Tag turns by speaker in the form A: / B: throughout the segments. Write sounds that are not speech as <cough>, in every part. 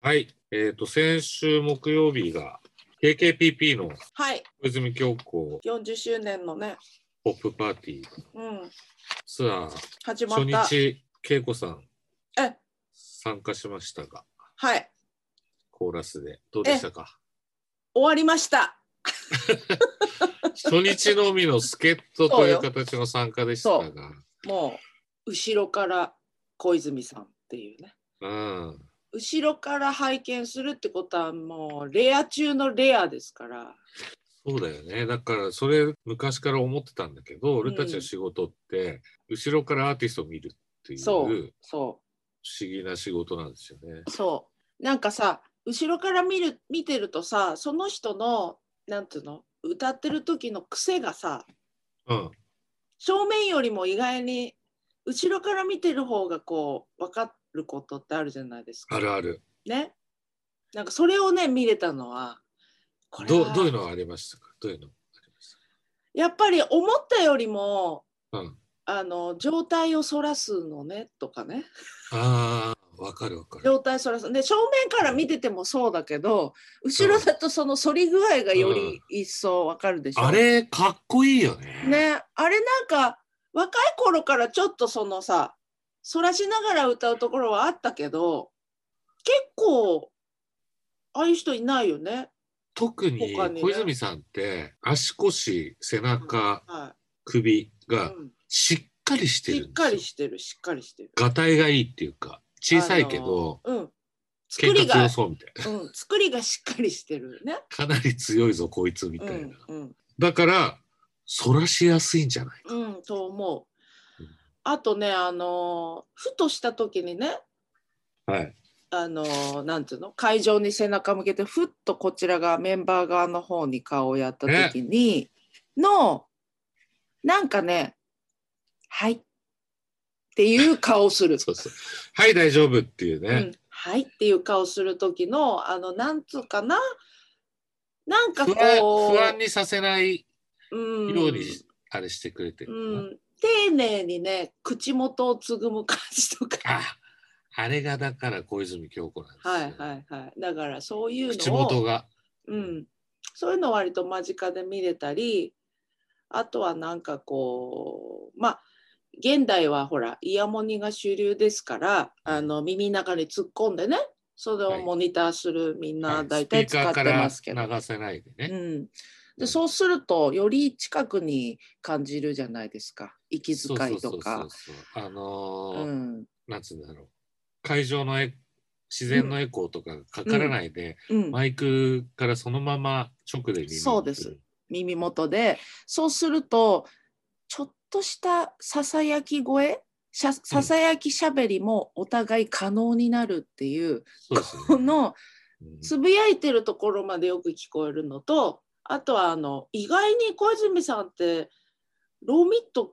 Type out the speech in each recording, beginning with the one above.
A: はい。えっ、と、先週木曜日が KKPP の
B: はい、
A: 小泉京子
B: 40周年のね、
A: ポップパーティー
B: うん、
A: ツアー
B: 始ま
A: 初
B: った。
A: 日、恵子さん
B: え、
A: 参加しましたが、
B: はい、
A: コーラスで。どうでしたか
B: 終わりました。 <laughs>
A: 初日のみの助っ人という形の参加でしたが、
B: もう、後ろから小泉さんっていうね。
A: うん。
B: 後ろから拝見するってことはもうレア中のレアですから。
A: そうだよね。だから、それ昔から思ってたんだけど、俺たちの仕事って、後ろからアーティストを見るっていう不
B: そ
A: 思
B: う、そ
A: 議な仕事なんですよね
B: う、。そう。なんかさ、後ろから見る見てるとさ、その人の、なんていうの、歌ってる時の癖がさ、
A: うん。
B: 正面よりも意外に後ろから見てる方がこう分かることってあるじゃないですか
A: あ。るある。
B: ね。なんかそれをね見れたのはこれ
A: ど
B: は
A: うどういうのがありましたかどういうのがありまし
B: やっぱり思ったよりも
A: たうん。
B: あの状態をそらすのねとかね
A: ああ、わかるわかる。
B: 状態そらすで正面から見ててもそうだけど後ろだとその反り具合がより一層わかるでしょ。
A: あれ、かっこいいよね。
B: ねあれなんか若い頃からちょっとそのさ反らしながら歌うところはあったけど結構ああいう人いないよね。
A: 特に
B: 他にね
A: 小泉さんって足腰、背中、
B: は
A: 首
B: い
A: が
B: うん、
A: しっかりして
B: し
A: る
B: っ
A: ん
B: か
A: で
B: り
A: すよ。
B: してるしっかりしてる。
A: がたいがいいっていうか、小さいけど、
B: うん。
A: 喧
B: 作り
A: 嘩
B: が
A: 強、そうみたいな。
B: うん、作りがしっかりしてるね。
A: かなり強いぞ、こいつみたいな。
B: うん、
A: だから、そらしやすいんじゃない
B: うん、うん、と思う
A: うん。
B: あとね、あのーふとした時にね、
A: はい。
B: あのーなんていうの、会場に背中向けて、ふっとこちらがメンバー側の方に顔をやった時に、の、なんかね、はいっていう顔をする。
A: <laughs> そうそう。はい、大丈夫っていう
B: う
A: ね
B: ん。、はいっていう顔する時のあのなんつうかななんか
A: 不
B: こ
A: 安
B: う
A: 不安にさせない
B: うん
A: ようにあれしてくれてる
B: う
A: かな。
B: ん、丁寧にね口元をつぐむ感じとか
A: ああれがだから小泉京子なんですよ。
B: <laughs> はいはいはいだからそういうのを
A: 口元が。
B: うん、そういうのを割と間近で見れたりあとはなんかこうまあ現代はほらイヤモニが主流ですからあの耳の中に突っ込んでねそれをモニターするみんな
A: はい
B: 大体使ってます
A: スピー
B: けど、
A: カーから流せないで
B: う
A: ね。
B: ん、でそうするとより近くに感じるじゃないですか息
A: そう
B: 遣い
A: そ
B: と
A: うそ
B: か
A: う。そう。あ
B: う
A: のー
B: ん
A: なんつうんだろう。会場のエ自然のエコーとかがかからないで、
B: うん、
A: マイクからそのまま直で耳に来る
B: そうです。耳元でそうするとちょっとしたささやき声しゃささやきしゃべりもお互い可能になるっていう、
A: そうですね
B: この
A: うん
B: つぶやいてるところまでよく聞こえるのとあとはあの意外に小泉さんってローミット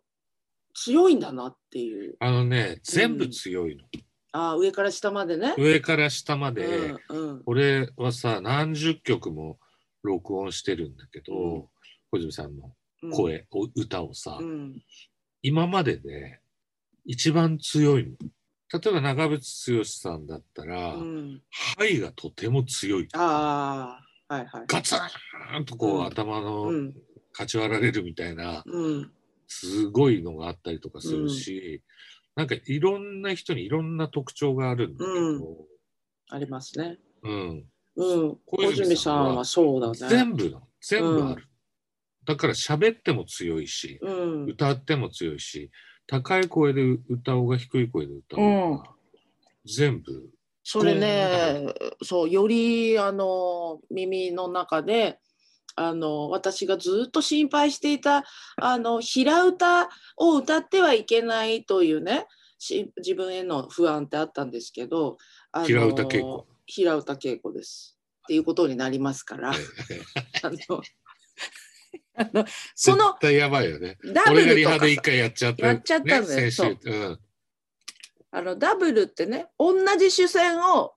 B: 強いんだなっていう
A: あのね、全部強いの。
B: あー上から下までね。
A: 上から下まで、
B: うんうん
A: 俺はさ、何十曲も録音してるんだけど、
B: うん
A: 小泉さんの
B: うん、
A: 声、お歌をさ、
B: うん
A: 今までで一番強いの。例えば長渕剛さんだったら、
B: うん、
A: 肺がとても強い。
B: ああはいはい。
A: ガツンとこう、
B: うん
A: 頭
B: う
A: の
B: ん
A: かち割られるみたいな、
B: うん
A: すごいのがあったりとかするし、なんかいろんな人にいろんな特徴があるんだけど、
B: ありますね。
A: うん、
B: うん、
A: 小
B: 小
A: 泉
B: 泉
A: さ
B: さ
A: んは
B: んはそうだね。
A: 全部の、全部ある。だから喋っても強いし、
B: うん、
A: 歌っても強いし、高い声で歌おうが低い声で歌おうが、全部
B: それね、そうよりあの耳の中であの私がずっと心配していたあの平歌を歌ってはいけないというねし自分への不安ってあったんですけどあの
A: 平歌稽古。
B: 平歌稽古ですっていうことになりますからあのあのそ <laughs> の
A: 絶対やばいよね。
B: ダブ
A: 俺が
B: ル
A: リ
B: と
A: ハ
B: か
A: で一
B: さ
A: 回やっちゃった、
B: やっちゃったんだよ
A: ね、
B: そう
A: 先週。うん。
B: あのダブルってね同じ主戦を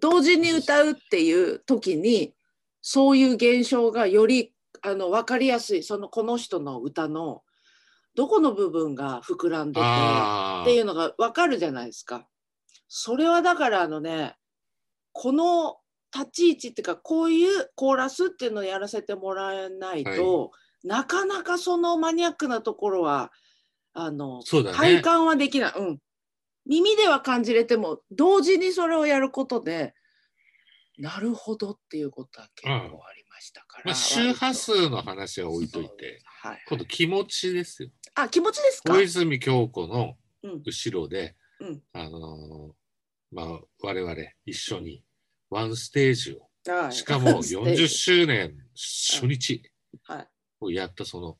B: 同時に歌うっていう時にそういう現象がよりあの分かりやすいそのこの人の歌のどこの部分が膨らんでてっ
A: ああ
B: てい。うのが分かるじゃないですか。それはだからあのねこの立ち位置っていうかこういうコーラスっていうのをやらせてもらえないと、なかなかそのマニアックなところはあの、
A: そうだね
B: 体感はできない、うん、耳では感じれても同時にそれをやることでなるほどっていうことは結構ありましたから、
A: まあ、周波数の話は置いといて、
B: はい、
A: 今度気持ちですよ。
B: あ気持ちですか
A: 小泉京子の
B: うん
A: 後ろで、
B: うん
A: あのーまあ、我々一緒にワンステージを、
B: はい
A: しかも
B: <laughs> ステージ
A: 40周年初日
B: はい、
A: をやったその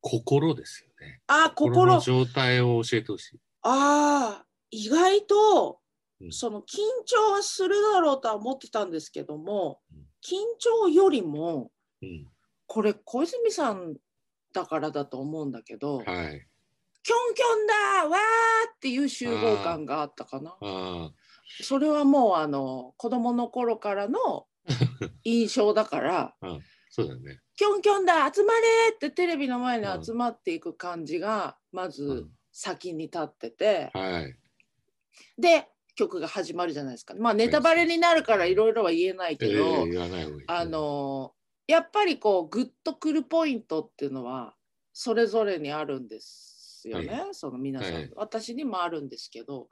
A: 心ですよね。
B: あ
A: の
B: 心
A: 状態を教えてほしい。
B: ああ意外と
A: うん
B: その緊張はするだろうとは思ってたんですけども
A: うん
B: 緊張よりも
A: うん
B: これ小泉さんだからだと思うんだけど、
A: はい、
B: キョンキョンだーわーっていう集合感があったかな
A: あ
B: それはもうあの子供の頃か
A: <laughs>
B: らの印象だから
A: ーそうだよね。
B: キョンキョンだ集まれーってテレビの前に集まっていく感じがまず先に立ってて、
A: はい。
B: で曲が始まるじゃないですか。まあネタバレになるからいろいろは言えない
A: え
B: けど、
A: ー言わない方がいい。
B: あのやっぱりこうグッとくるポイントっていうのはそれぞれにあるんですよね、
A: は
B: その皆さん、
A: はい
B: 私にもあるんですけど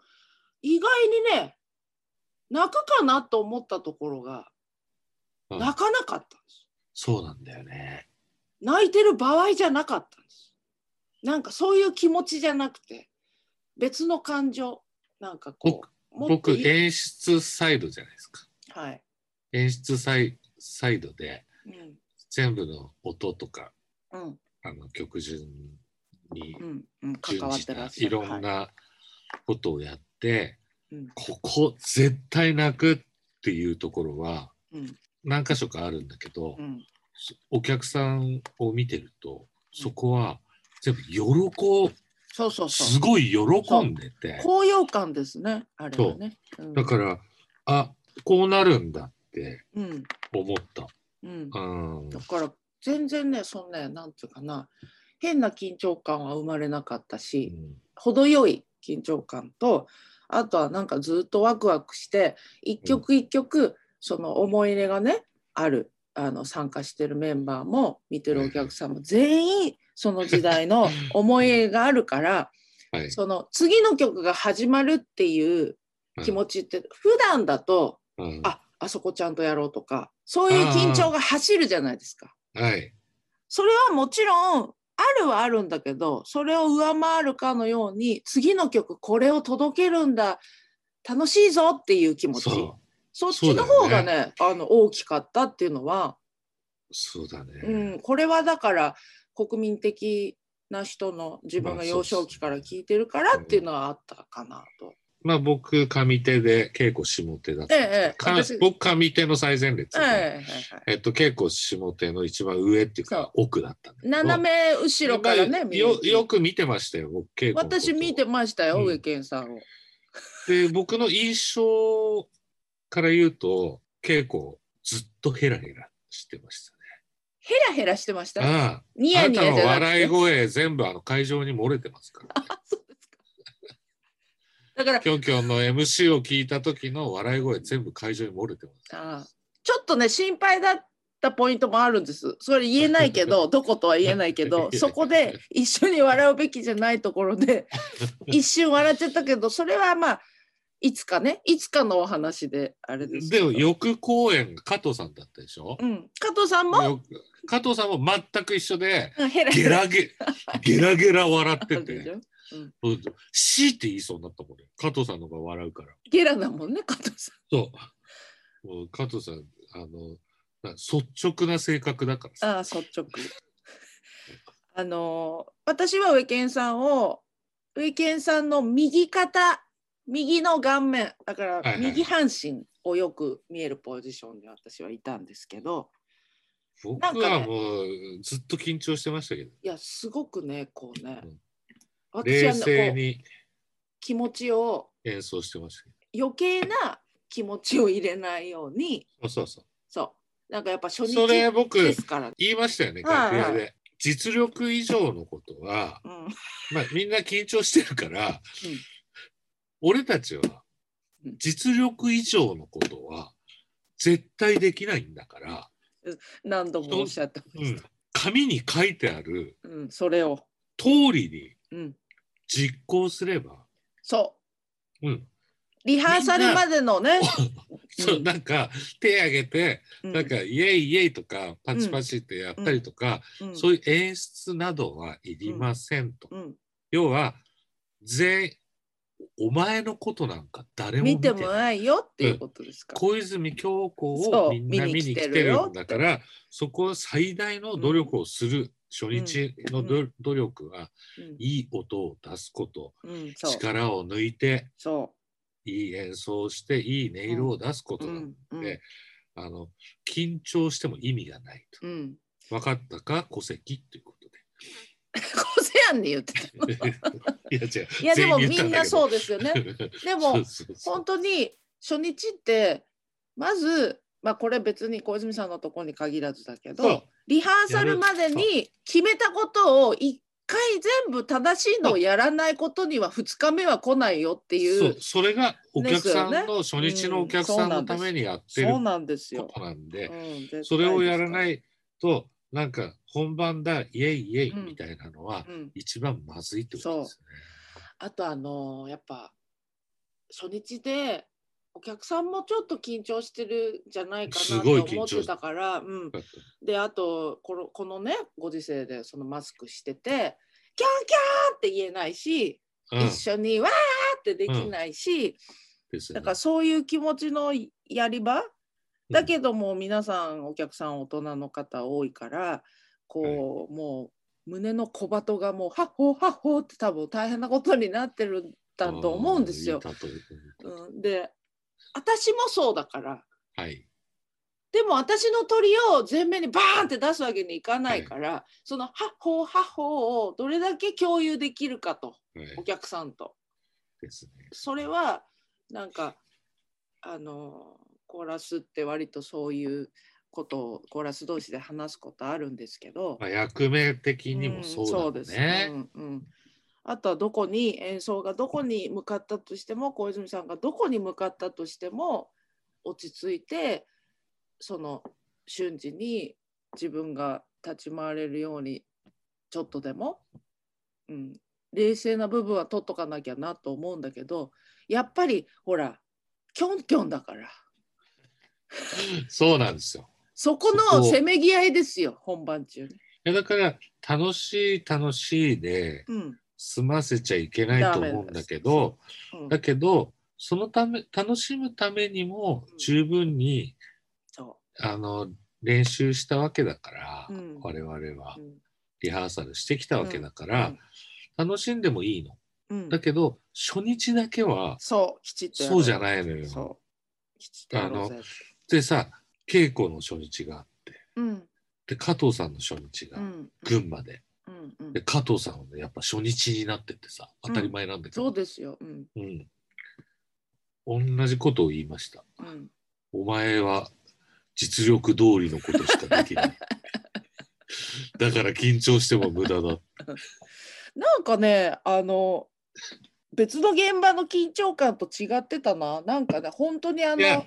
B: 意外にね泣くかなと思ったところが
A: うん
B: 泣かなかったんです、
A: そうなんだよね。
B: 泣いてる場合じゃなかったんですなんかそういう気持ちじゃなくて別の感情なんかこうもっと
A: 僕
B: いい
A: 演出サイドじゃないですか。
B: はい、
A: 演出サイサイドで
B: うん
A: 全部の音とか
B: うん
A: あの曲順に
B: うんうん、関
A: 準
B: わっ
A: じ
B: てら
A: た
B: っしゃ
A: い
B: る
A: ろん
B: はい
A: なことをやって、
B: うん
A: ここ絶対泣くっていうところは
B: うん
A: 何箇所かあるんだけど、
B: うん、
A: お客さんを見てるとそこは全部喜
B: そうそうそう
A: すごい喜んでて
B: 高揚感ですね、あれはね。うん
A: だからあこうなるんだって
B: うん、
A: 思った。
B: うん。
A: うん
B: だから、全然ね、そんな、なんていうかな、変な緊張感は生まれなかったし、程よい緊張感と、あとはなんかずっとワクワクして、一曲一曲、その思い入れがね、ある。あの参加してるメンバーも見てるお客さんも全員その時代の思い入れがあるから
A: はい
B: その次の曲が始まるっていう気持ちって普段だと
A: うん
B: ああそこちゃんとやろうとかそういう緊張が走るじゃないですか。
A: はい
B: それはもちろんあるはあるんだけどそれを上回るかのように次の曲これを届けるんだ楽しいぞっていう気持ちそ
A: そう
B: っちの
A: そ
B: 方
A: うだ
B: が
A: よ
B: ねあの大きかったっていうのは、
A: そうだね、
B: うん、これはだから国民的な人の自分が幼少期から聞いてるからっていうのはあったかなと。
A: まあ僕上手で稽古下手だった
B: ええ
A: んですか
B: ええ私
A: 僕上手の最前列で、
B: はいはいはい
A: えっと、稽古下手の一番上っていう
B: そ
A: か
B: う
A: 奥だったんだけど
B: 斜め後ろから
A: や
B: ね
A: っぱ
B: 見
A: り
B: れ
A: よ
B: る
A: よく見てましたよ僕稽古のこと
B: 私見てましたよ、
A: うん
B: 上健さんを。
A: で僕の印象から言うと稽古ずっとヘラヘラしてまし
B: ヘラヘラしてましたた。
A: ねあ
B: ニ
A: ああな
B: ヤニ
A: た
B: ヤ
A: の
B: じゃなく
A: 笑い
B: て。
A: 声全部あの会場に漏れてますから
B: そうですかだから
A: キョンキョンの MC を聞いた時の笑い声全部会場に漏れてます
B: あちょっとね心配だったポイントもあるんです。それ言えないけ
A: <laughs>
B: どどことは言えないけどそこで一緒に笑うべきじゃないとこ
A: <laughs>
B: ろで一瞬笑っちゃったけどそれはまあいつかねいつかのお話であれですけ
A: で
B: ど
A: も翌公演が加藤さんだったでしょ、
B: うん、加藤さんも
A: よく加藤さんも全く一緒 <laughs> で
B: うんヘラヘ
A: ゲ
B: ラ
A: ラゲゲラゲラ笑っ
B: だ
A: て
B: ったでしてょ
A: うん強いて言いそうになったもんね加藤さんの方が笑うから
B: ゲラだもんね加藤さん。
A: そうもう加藤さんあのな率直な性格だからさ
B: ああ率直。あのー私はウェケンさんをウェケンさんの右肩右の顔面だか
A: いは
B: ら
A: い
B: 右半身をよく見えるポジションで私はいたんですけど
A: 僕
B: なんか
A: は
B: ね
A: もうずっと緊張してましたけど
B: いやすごくねこうね
A: うん
B: 私
A: 冷
B: は
A: 静
B: ねこう
A: に
B: 気持ちを
A: 演奏してましたけ
B: 余計な気持ちを入れないように
A: どそうそう
B: そうなんかやっぱ初
A: そう
B: 日
A: それ
B: で
A: 僕
B: すから、
A: 言いましたよね
B: はい
A: 楽屋
B: は
A: で実力以上のことは
B: うん、
A: まあ、みんな緊張してるから、俺たちは
B: うん
A: 実力以上のことは絶対できないんだから、
B: 何度もおっしゃってま
A: う
B: し
A: ん
B: た。、
A: 紙に書いてある
B: うん、それを。
A: 通りに
B: うん、
A: 実行すれば、
B: そ
A: うん、
B: う。リハーサルまでのね。
A: そううんなんか手挙げて、
B: うん
A: なんかイエイイエイとかパチパチってやったりとか、
B: うん
A: そういう演出などはいりませんと。
B: うん
A: 要は全員お前のことなんか誰も
B: 見
A: 見
B: て
A: て
B: も
A: ない。
B: ないよっていうことですか。
A: 小泉京子
B: そ
A: を
B: う
A: みんな見
B: 見
A: に来
B: に来
A: て
B: てる
A: る
B: よ
A: んだからそこは最大の努力をする、初日のど努力は
B: うん
A: いい音を出すこと
B: うん、そう。
A: 力を抜いて
B: そ
A: いい演奏をしていい音色を出すこ
B: う。
A: と
B: う
A: だ、
B: ん、うん、
A: であの緊張しても意味がないと
B: うん。 <laughs>
A: 分かったか戸籍っていうこと
B: こせやんで言ってた。
A: で <laughs> いや違う
B: いや、でも、みんな
A: う
B: そうですよね。 <laughs>
A: <laughs>
B: でも、本
A: 本
B: 当に初日ってまず、まあ、これ別に小泉さんのとこに限らずだけ
A: そう
B: どリハーサルまでに決めたことを一回全部正しいのをやらないことには2日目は来ないよってい
A: そう
B: う
A: それがお客さん
B: です
A: の初日のお客さんのためにやってる
B: そう
A: こ
B: なんですよ。
A: となんで
B: うん絶対
A: それをやらな
B: で
A: いとなんか本番だイエイイエイ
B: うん
A: みたいなのは
B: すから、うん、
A: 一番まずいってことです
B: あとあのーやっぱ初日でお客さんもちょっと緊張してるんじゃないか
A: す
B: な
A: ごい
B: と思っ
A: 緊張
B: てたから、うん、
A: ね。
B: であとこのこのねご時世でそのマスクしててキャンキャンって言えないし、
A: うん
B: 一緒にわーってできないし、
A: ですよ
B: だ
A: ね
B: からそういう気持ちのやり場
A: ん
B: だけども皆さんお客さん大人の方多いからこう、もう胸の小鳩がもうハッホーハッホーって多分大変なことになってるんだと思うんですよ。
A: あーいい例え
B: うん、で私もそうだから
A: はい。
B: でも私の鳥を前面にバーンって出すわけにいかないから、その「はっほーはっほー」をどれだけ共有できるかと
A: はい
B: お客さんと
A: ですね。
B: それはなんかあのコーラスって割とそういうことをコーラス同士で話すことあるんですけど、
A: まあ、役名的にもそうだ
B: ん
A: ろ
B: そううです
A: ね。
B: うんうんあとはどこに演奏がどこに向かったとしても小泉さんがどこに向かったとしても落ち着いてその瞬時に自分が立ち回れるようにちょっとでも、うん、冷静な部分は取っとかなきゃなと思うんだけどやっぱりほらキョンキョンだから
A: そうなんですよ。
B: そこ
A: そ
B: の
A: こ
B: せめぎ合いですよ本番中ね。
A: いやだから楽しい楽しいで
B: うん
A: 済ませちゃいけないと思うんだけ
B: ダメ
A: ど、
B: うん、
A: だけどそのため楽しむためにも
B: うん
A: 十分に、
B: そ
A: あの練習したわけだから、
B: う、うん
A: 我々は
B: うん
A: リハーサルしてきたわけだから、楽しんでもいいの。
B: うん
A: だけど初日だけは
B: そう、きちっとやろ。
A: そうじゃないいのよ。
B: そう。きちっとやろうぜって
A: でさ稽古の初日があって
B: うん。
A: で加藤さんの初日が
B: うん。
A: 群馬で。
B: うん。うん
A: で。加藤さんはねやっぱ初日になっててさ当たり前なんだけ
B: そ
A: ど
B: う、ですよ。うん。
A: うん同じことを言いました
B: うん。
A: お前は実力通りのことしかできない <laughs> だから緊張しても無駄だ
B: なんかね、あの。別の現場の緊張感と違ってたな。なんかね、本当にあ
A: いや
B: の。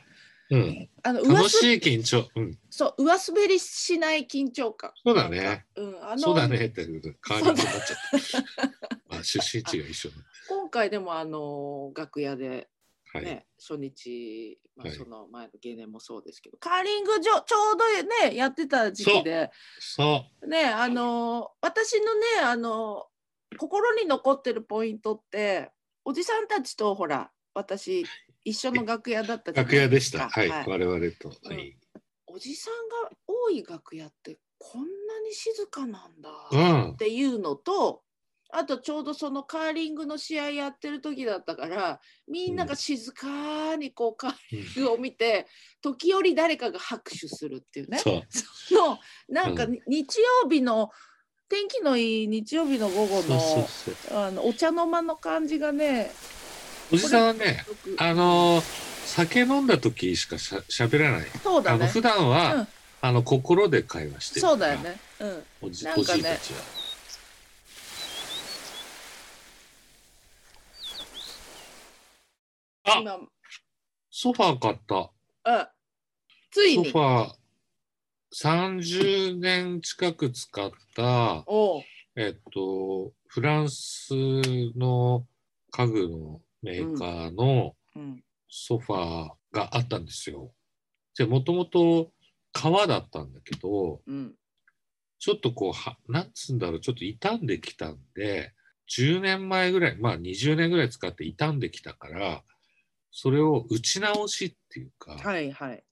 A: うん
B: あの、上
A: 楽
B: す
A: し。い緊張うん
B: そう、上滑りしない緊張感。
A: そうだね
B: なんか。うん、あ
A: そうだねっ
B: の。
A: てカーリングになっちゃったあ出身地が一緒だ
B: 今回でも、あの、楽屋で。
A: はい、
B: ね、初日、まあ、
A: はい
B: その前の芸年もそうですけど、カーリング場ちょうどねやってた時期で
A: そ
B: ねあの私のねあの心に残ってるポイントっておじさんたちとほら私一緒の楽屋だった
A: う
B: じゃない
A: 楽屋でしたはい、
B: はい
A: 我々と、
B: うん
A: はい
B: おじさんが多い楽屋ってこんなに静かなんだ
A: う
B: っ
A: ん
B: ていうのとあとちょうどそのカーリングの試合やってる時だったからみんなが静かにこうカーリングを見て時折誰かが拍手するっていうね。
A: そう
B: そのなんか
A: う
B: に日曜日の天気のいい日曜日の午後
A: そうそう
B: の
A: そう
B: あのお茶の間の感じがね
A: おじさんはね
B: よく
A: あのー酒飲んだ時しかしゃ喋らない。
B: そうだ
A: あの
B: ね
A: 普段は、
B: うん
A: あの心で会話してる
B: そうだよ。ねうん
A: おじ
B: なん
A: お
B: か
A: じ
B: ね
A: いたちは。あ
B: 今
A: ソファー買った。
B: あつい
A: ソ
B: に
A: フ。ァー30年近く使った、
B: おう
A: えっと、フランスの家具のメーカーの
B: うん
A: ソファーがあったんですよ。で、もともと革だったんだけど、
B: うん
A: ちょっとこうは、なんつうんだろう、ちょっと傷んできたんで、10年前ぐらい、まあ20年ぐらい使って傷んできたから、それを打ち直しっていうか、
B: はいはい。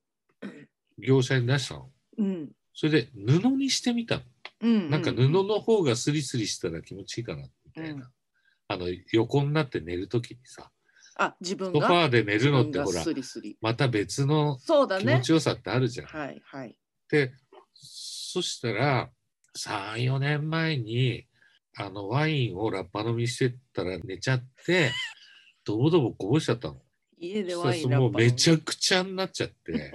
A: 業者に出したの。
B: うん
A: それで布にしてみたの。
B: うん
A: なんか布の方がスリスリしたら気持ちいいかな、みたいな。
B: うん
A: あの、横になって寝るときにさ、
B: あ自
A: ソ
B: 分
A: フ
B: が
A: ァーで寝るのって
B: 自
A: ほ
B: 分が
A: ら
B: ス、リスリ
A: また別の
B: そうだ
A: 気持
B: ね
A: ちよさってあるじゃん。
B: はいはい
A: で、そしたら、3、4年前に、あの、ワインをラッパ飲みしてたら寝ちゃって、ドボドボこぼしちゃったの。
B: 家で
A: そ
B: ワイン
A: したらもうめち
B: ゃ
A: ゃくちゃになっちゃって。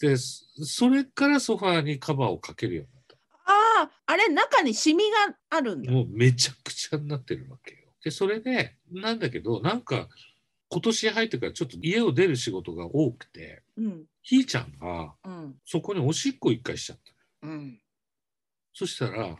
A: で、そそれからソファーにカバーをかけるようになっ
B: あああれ中にシミがあるん
A: た。
B: だ
A: もうめちゃくちゃになってるわけよ。で、それで、なんだけど、なんか、今年入ってからちょっと家を出る仕事が多くて、
B: うん
A: ひーちゃんが
B: うん
A: そこにおしっこ一回しちゃった。
B: うん
A: そしたら、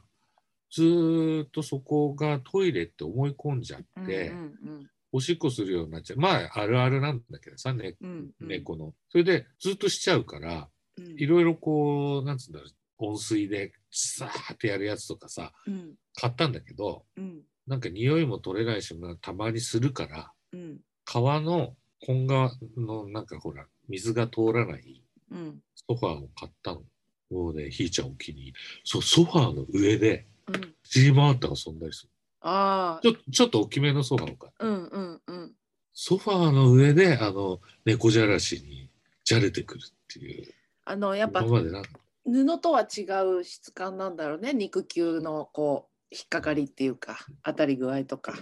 A: ずーっとそこがトイレって思い込んじゃって、
B: うん
A: おしっこするようになっちゃう。まあ、あるあるなんだけどさ、ね
B: うんうん
A: 猫の。それで、ずっとしちゃうから、
B: うん
A: いろいろこう、なんつうんだろう、温水で、さーってやるやつとかさ、
B: うん
A: 買ったんだけど、
B: うん
A: なんか匂いも取れないし、まあたまにするから、
B: うん
A: 川の本川の、なんかほら、水が通らない
B: うん
A: ソファーを買ったの。もうね、ひーちゃんお気に入り。そう、ソファーの上で、
B: うん
A: チームアーター遊んだりする。
B: あ
A: ちょちょっと大きめのソファーを買って、
B: あうんうんうん
A: ソファーの上であの猫じゃらしにじゃれてくるっていう
B: あのやっぱ
A: 今までなかった
B: 布とは違う質感なんだろうね肉球のこう引っかかりっていうか当たり具合とか、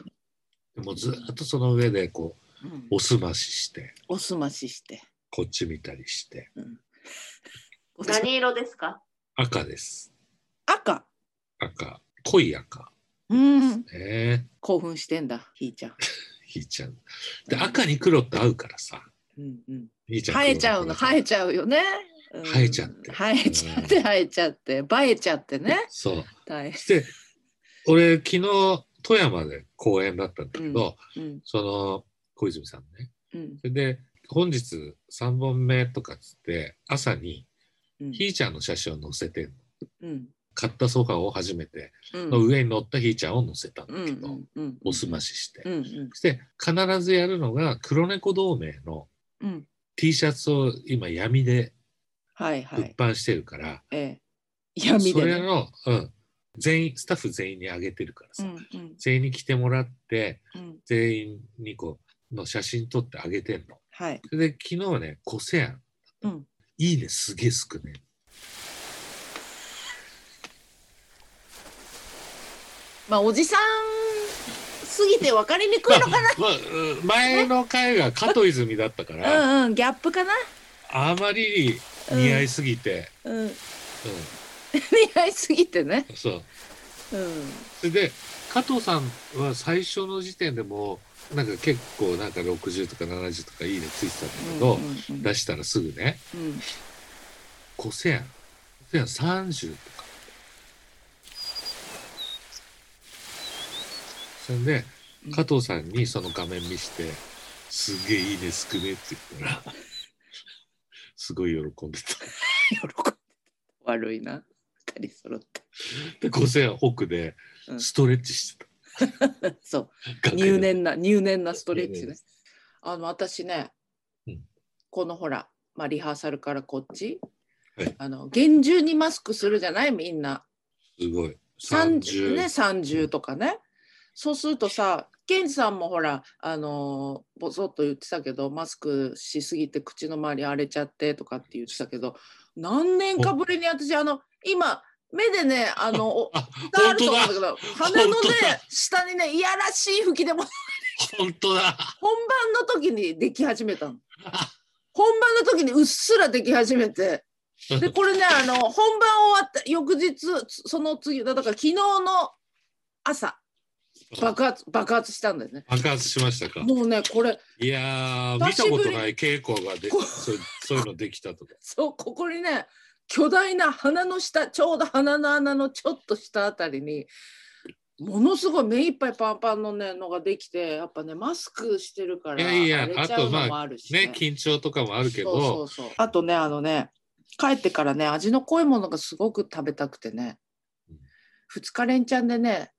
A: でもずっとその上でこ
B: うん
A: うおすましして
B: おすましして
A: こっち見たりして
C: 何色ですか
A: 赤です
B: 赤
A: 赤濃い赤
B: うん
A: ね
B: 興奮してんだひーちゃん、
A: ひーちゃんで赤に黒って合うからさ
B: うんうん、
A: ひーちゃん
B: 生えちゃうの生えちゃうよね、うん
A: 生えちゃって
B: 生えちゃって生えちゃって映えちゃってね
A: そう
B: 大変
A: で俺昨日富山で公演だったんだけど、
B: うん
A: その小泉さんね
B: うん
A: それで本日3本目とかっつって朝に
B: うん
A: ひーちゃんの写真を載せてんの
B: うん
A: 買ったソファーを初めて
B: うん
A: の上に乗ったひーちゃんを載せたんだ
B: うんう
A: け
B: んう
A: ど
B: んうん
A: おすましして
B: うんうん
A: そして必ずやるのが黒猫同盟の
B: うん
A: T シャツを今闇で
B: はいは
A: 物
B: い
A: 販してるから
B: ええ闇
A: そ
B: で
A: れ
B: ね
A: のうん全員スタッフ全員にあげてるから
B: う
A: さ
B: んうん
A: 全員に着てもらって
B: うん
A: 全員にこうの写真撮ってあげてんの
B: はい
A: それで昨日ねコセアン
B: うん
A: いいねすげえ少ねえ
B: まあおじさんすぎて分かりにくいのか
A: まあうん前の回が加藤泉だったから、
B: なうんうんギャップかな
A: あまりに似合いすぎて、
B: うん
A: うん
B: 似合いすぎてね
A: そう
B: うん
A: それで加藤さんは最初の時点でもうなんか結構なんか60とか70とかいいねついてたんだけど、
B: うんうんうん
A: 出したらすぐね
B: うん
A: 5千円5千円30とかそれで
B: うん
A: 加藤さんにその画面見して「すげえいいね少ね」って言ったら <laughs> すごい喜んでた。
B: 喜んでた悪いな二人揃って
A: で5000円奥で
B: うん
A: ストレッチして
B: そう
A: た、楽屋
B: 入念な入念なストレッチ
A: 入念
B: ね
A: で
B: あの私ね、
A: うん
B: このほら、まあ、リハーサルからこっち、
A: はい
B: あの厳重にマスクするじゃないみんな
A: すごい30
B: 30ね30とかね、そうするとさケンジさんもほらあのーぼそっと言ってたけどマスクしすぎて口の周り荒れちゃってとかって言ってたけど何年かぶりに私あの今目でね
A: <laughs>
B: あのお
A: あ
B: 伝わ
A: 本
B: る
A: 当
B: と思
A: だ
B: うんだけど鼻のね
A: 本当だ
B: 下にねいやらしい吹き出物
A: 本当
B: <laughs>
A: だ
B: 本番の時にでき始めたの。本番の時にうっすらでき始めて。で、これね、あの、本番終わった翌日、つその次、だから昨日の朝、爆発爆発したんだよね。
A: 爆発しましたか
B: もうねこれ
A: いやー
B: 久
A: 見
B: したぶり
A: ことない稽古がで
B: こ
A: そうそういうのできたとか
B: そうここにね巨大な鼻の下ちょうど鼻の穴のちょっと下あたりにものすごい目いっぱいパンパンのねのができてやっぱねマスクしてるから
A: いやいや
B: 荒れちゃうのもあるし <laughs>
A: ね緊張とかもあるけど
B: そうそうそうあとねあのね帰ってからね味の濃いものがすごく食べたくてね
A: うん
B: 2日連チャンでね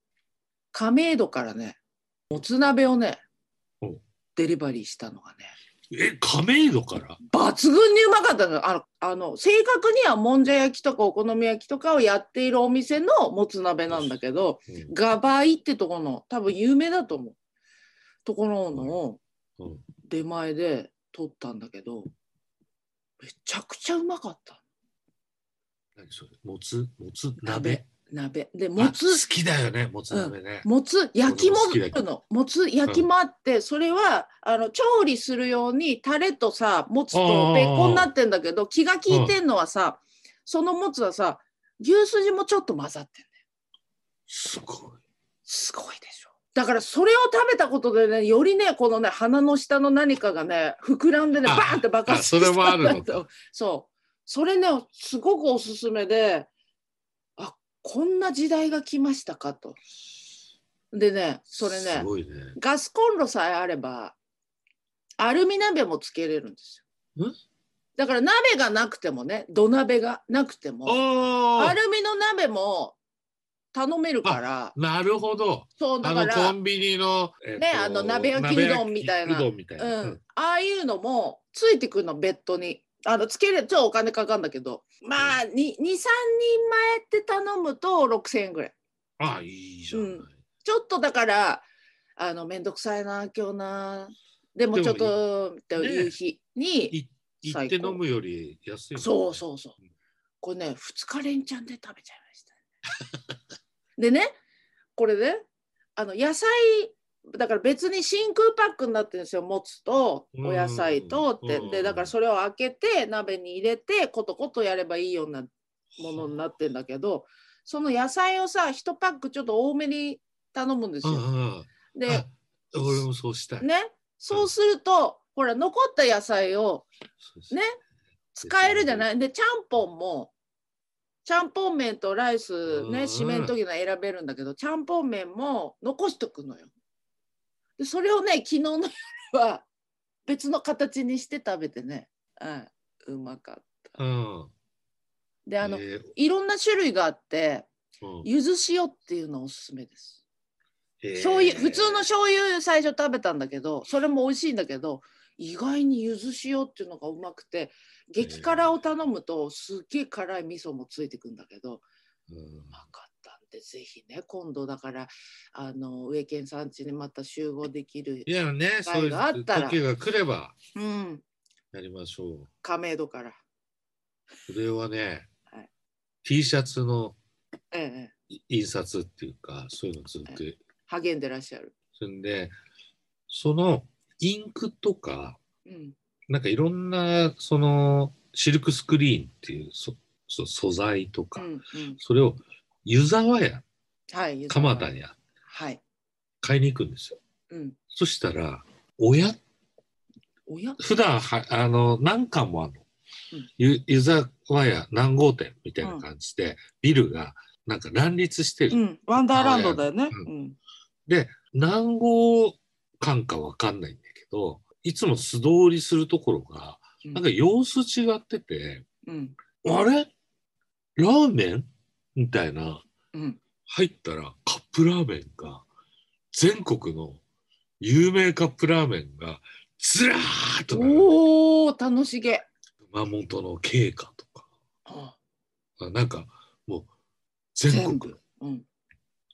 B: 亀戸からねもつ鍋をね
A: お
B: デリバリーしたのがね
A: え亀戸から
B: 抜群にうまかったのあのあの正確にはもんじゃ焼きとかお好み焼きとかをやっているお店のもつ鍋なんだけど
A: うん
B: ガバイってとこの多分有名だと思うところのを
A: うん
B: 出前で取ったんだけどめちゃくちゃうまかった
A: 何それもつもつ鍋
B: 鍋で
A: あ
B: もつ
A: 好きだよねもつ鍋ね、
B: もつ焼きも
A: 好きだけ
B: あるのもつ焼きもあって、それはあの調理するようにタレとさもつと別個になってんだけど気が利いてんのはさ、そのもつはさ牛すじもちょっと混ざってんだよ
A: すごい
B: すごいでしょだからそれを食べたことでねよりねこのね鼻の下の何かがね膨らんでね
A: あ
B: バーンって爆
A: あ
B: 発
A: それもあるの
B: したんだとそうそれねすごくおすすめであこんな時代が来ましたかとでねそれね
A: すごいね
B: ガスコンロさえあればアルミ鍋もつけれるんですよ
A: ん。
B: だから鍋がなくてもね土鍋がなくても
A: お
B: ア
A: ー
B: ルミの鍋も頼めるから
A: なるほど
B: そうだ
A: あ
B: か
A: の
B: ら
A: コ、ンビニの、えっと
B: ねあの鍋焼きうどんみたいな
A: 鍋焼きうどんみたいな
B: うん、ああいうのもついてくるのベッドに。あのつけるちょお金かかるんだけどまあ23人前って頼むと6,000円ぐらい
A: あいいじゃない、
B: うんちょっとだからあの面倒くさいな今日なでも
A: で
B: ち
A: も
B: ょっとっていう日に、
A: い行って飲むより安いもんね
B: そうそうそう。これね、2日連チャンで食べちゃいました。 <laughs> でね、これね、あの野菜、だから別に真空パックになってるんですよ、もつとお野菜とって。
A: うん
B: で、だからそれを開けて、鍋に入れて、コトコトやればいいようなものになってんだけど、その野菜をさ、1パックちょっと多めに頼むんです
A: うんう
B: よ。
A: んうん
B: で
A: あ、俺もそうしたい、
B: ね、そうすると、ほら、残った野菜を
A: そうそう
B: ね使えるじゃないでちゃんぽんもちゃんぽん麺とライス
A: うん
B: ね締めの時の選べるんだけどちゃんぽん麺も残しとくのよ。でそれをね昨日の夜は別の形にして食べてね、うん、うまかった。
A: うん
B: であの、
A: えー
B: いろんな種類があって
A: うん
B: ゆず塩っていうのおすすめです。
A: えー
B: 醤油普通の醤油最初食べたんだけどそれも美味しいんだけど意外にゆず塩っていうのがうまくて激辛を頼むとすっげえ辛い味噌もついてくんだけど
A: うん
B: うまかったんでぜひね今度だからあの上県さん家にまた集合できる
A: い、やね、そうい
B: 会があっ
A: う
B: たら
A: 時が来れば
B: うん、
A: やりましょ
B: 亀戸から、
A: う。これはね、
B: はい
A: T シャツの
B: ええ、
A: 印刷っていうか、そういうのずっと、
B: 励んでらっしゃる。
A: そんで、そのインクとか、
B: うん
A: なんかいろんな、そのシルクスクリーンっていうそそ素材と
B: う
A: か、
B: んうん、
A: それを湯沢屋、
B: はいゆず
A: 蒲田屋、
B: はい、
A: 買いに行くんですよ。
B: うん、
A: そしたら、親
B: おや
A: 普段はあの何館もあるの
B: うん
A: ゆ湯沢屋何号店みたいな感じで、ビルがなんか乱立してる、
B: うん、ワンダーランドだよね。
A: う
B: うん
A: で何号館かわかんないんだけどいつも素通りするところが
B: うん
A: なんか様子違ってて、
B: うん
A: あれラーメンみたいな
B: うん、
A: 入ったらカップラーメンが全国の有名カップラーメンがずらーっと並んでる
B: おお楽しげ。
A: 熊本の慶華とか
B: あ
A: あなんかもう全
B: 全
A: 国
B: 部うん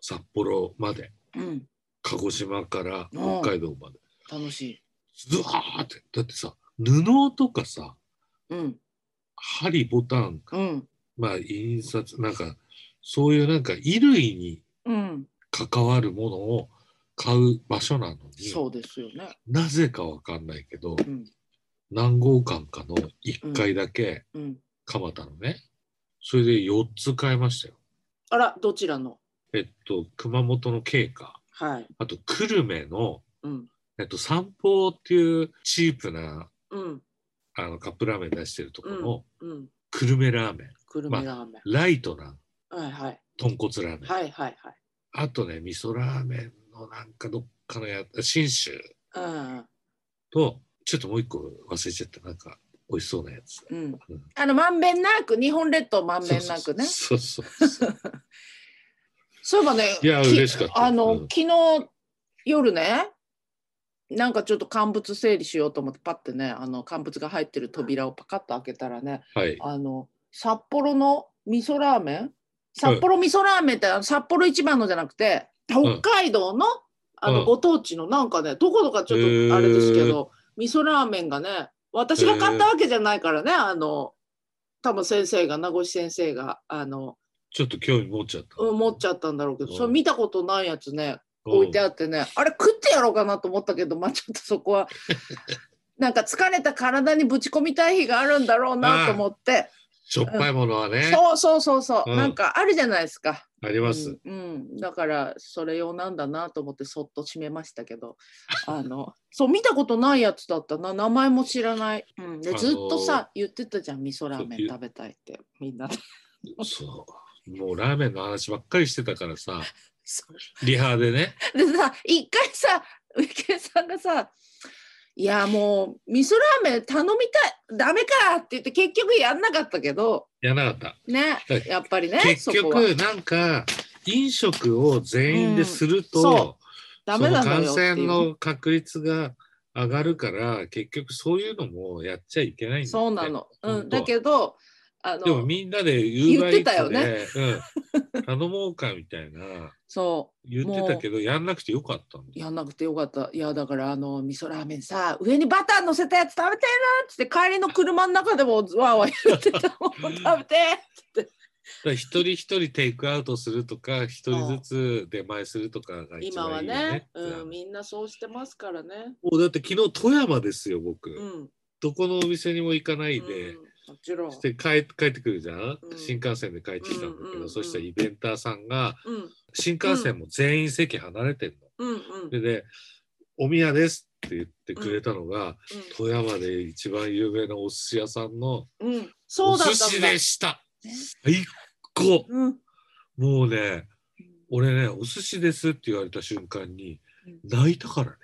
A: 札幌まで
B: うん、
A: 鹿児島から
B: うん
A: 北海道まで
B: 楽しい。
A: ずわーってだってさ布とかさ
B: うん、
A: 針ボタン
B: うん、
A: まあ印刷なんかそういうなんか衣類に
B: うん、
A: 関わるものを買う場所なの
B: そ
A: に
B: うですよね。
A: なぜかわかんないけど
B: うん、
A: 何号館かの1階だけ
B: うん。
A: 蒲田のねそれで4つ買いましたよ。
B: あら、どちらの。
A: えっと熊本の慶華
B: はい。
A: あと久留米の、
B: うん。
A: えっと、散歩っていうチープな
B: うん。
A: あのカップラーメン出してるところの
B: うん。
A: 久留米ラーメン、
B: 久留米ラーメン。
A: ライトな
B: はいはい。
A: 豚骨ラーメン、
B: はいはいはい。
A: あとね味噌ラーメンのなんかどっかのや信州
B: うん
A: とちょっともう一個忘れちゃったなんか美味しそうなやつ
B: うん。あのまんべんなく日本列島まんべんなくね。
A: そうそうそうそう
B: そういえばね。
A: いや
B: き
A: 嬉しかった
B: あの、
A: うん
B: 昨日夜ね。なんかちょっと乾物整理しようと思ってパッてねあの乾物が入ってる扉をパカッと開けたらね <laughs>
A: はい
B: あの札幌の味噌ラーメン札幌味噌ラーメンってあの札幌一番のじゃなくて北海道の,、あ
A: う
B: の
A: ん
B: ご当地のなんかねどこどかちょっとあれですけど、味噌ラーメンがね私が買ったわけじゃないからね、あの多分先生が名越先生があの
A: ちょっと興味持っちゃった
B: うん持っちゃったんだろうけど、
A: うん
B: それ見たことないやつね置いてあってね、あれ食ってやろうかなと思ったけどまあちょっとそ
A: <laughs>
B: こはなんか疲れた体にぶち込みたい日があるんだろうなと思って。
A: しょっぱいものはね、
B: そうそうそうそう、
A: うん
B: なんかあるじゃないですか。
A: あり
B: う
A: ます、
B: ん、うんだからそれ用なんだなと思ってそっと閉めましたけど <laughs> あのそう見たことないやつだったな名前も知らない、うん、で
A: あのー
B: ずっとさ言ってたじゃん味噌ラーメ
A: そう
B: ン食べたいってみんなで <laughs>
A: そうもうラーメンの話ばっかりしてたからさ
B: <laughs> そう
A: リハでね
B: でさ一回さウイケンさんがさ「いやもう味噌ラーメン頼みたいダメか」って言って結局やんなかったけど
A: やらなかっ
B: ね
A: はい
B: やっぱりね
A: た結
B: そこは
A: 局なんか飲食を全員ですると、
B: うんそダメな
A: そ
B: の
A: の感
B: よっていう
A: 染の確率が上がるから結局そういうのもやっちゃいけないんだって
B: そうなの。う
A: 本
B: ん、
A: 当は
B: だけど、あ
A: でも
B: の、
A: みんなで Uber
B: 言ってたよ
A: Eats でうん、頼もうかみたいな
B: そ
A: 言ってたけどやんなくてよかったん
B: う、
A: だよ
B: やんなくてよかった。いや、だから、あの、味噌ラーメンさ、上にバター乗せたやつ食べてえなっつって、帰りの車の中でも、わーわー言ってたもん、食べて。
A: <laughs> だから一人一人テイクアウトするとか一人ずつ出前するとかが一
B: 今は
A: 番いいよね
B: ね、うん、みんなそうしてますからね。
A: もうだって昨日富山ですよ僕、
B: うん、
A: どこのお店にも行かないで、
B: うん、もちろん。
A: して帰帰ってくるじゃん、
B: うん
A: 新幹線で帰ってきたんだけど、
B: うんうんうん
A: そしたらイベンターさんが
B: うん、
A: 新幹線も全員席離れてるの。
B: うん、うん、
A: でねお宮ですって言ってくれたのが、富山で一番有名なお寿司屋さんの
B: うん、うん、そ
A: お
B: うだっ
A: 寿
B: た
A: 司
B: んだ
A: で。した
B: ね
A: 最高
B: うん、
A: もうね俺ねお寿司ですって言われた瞬間に泣いたからね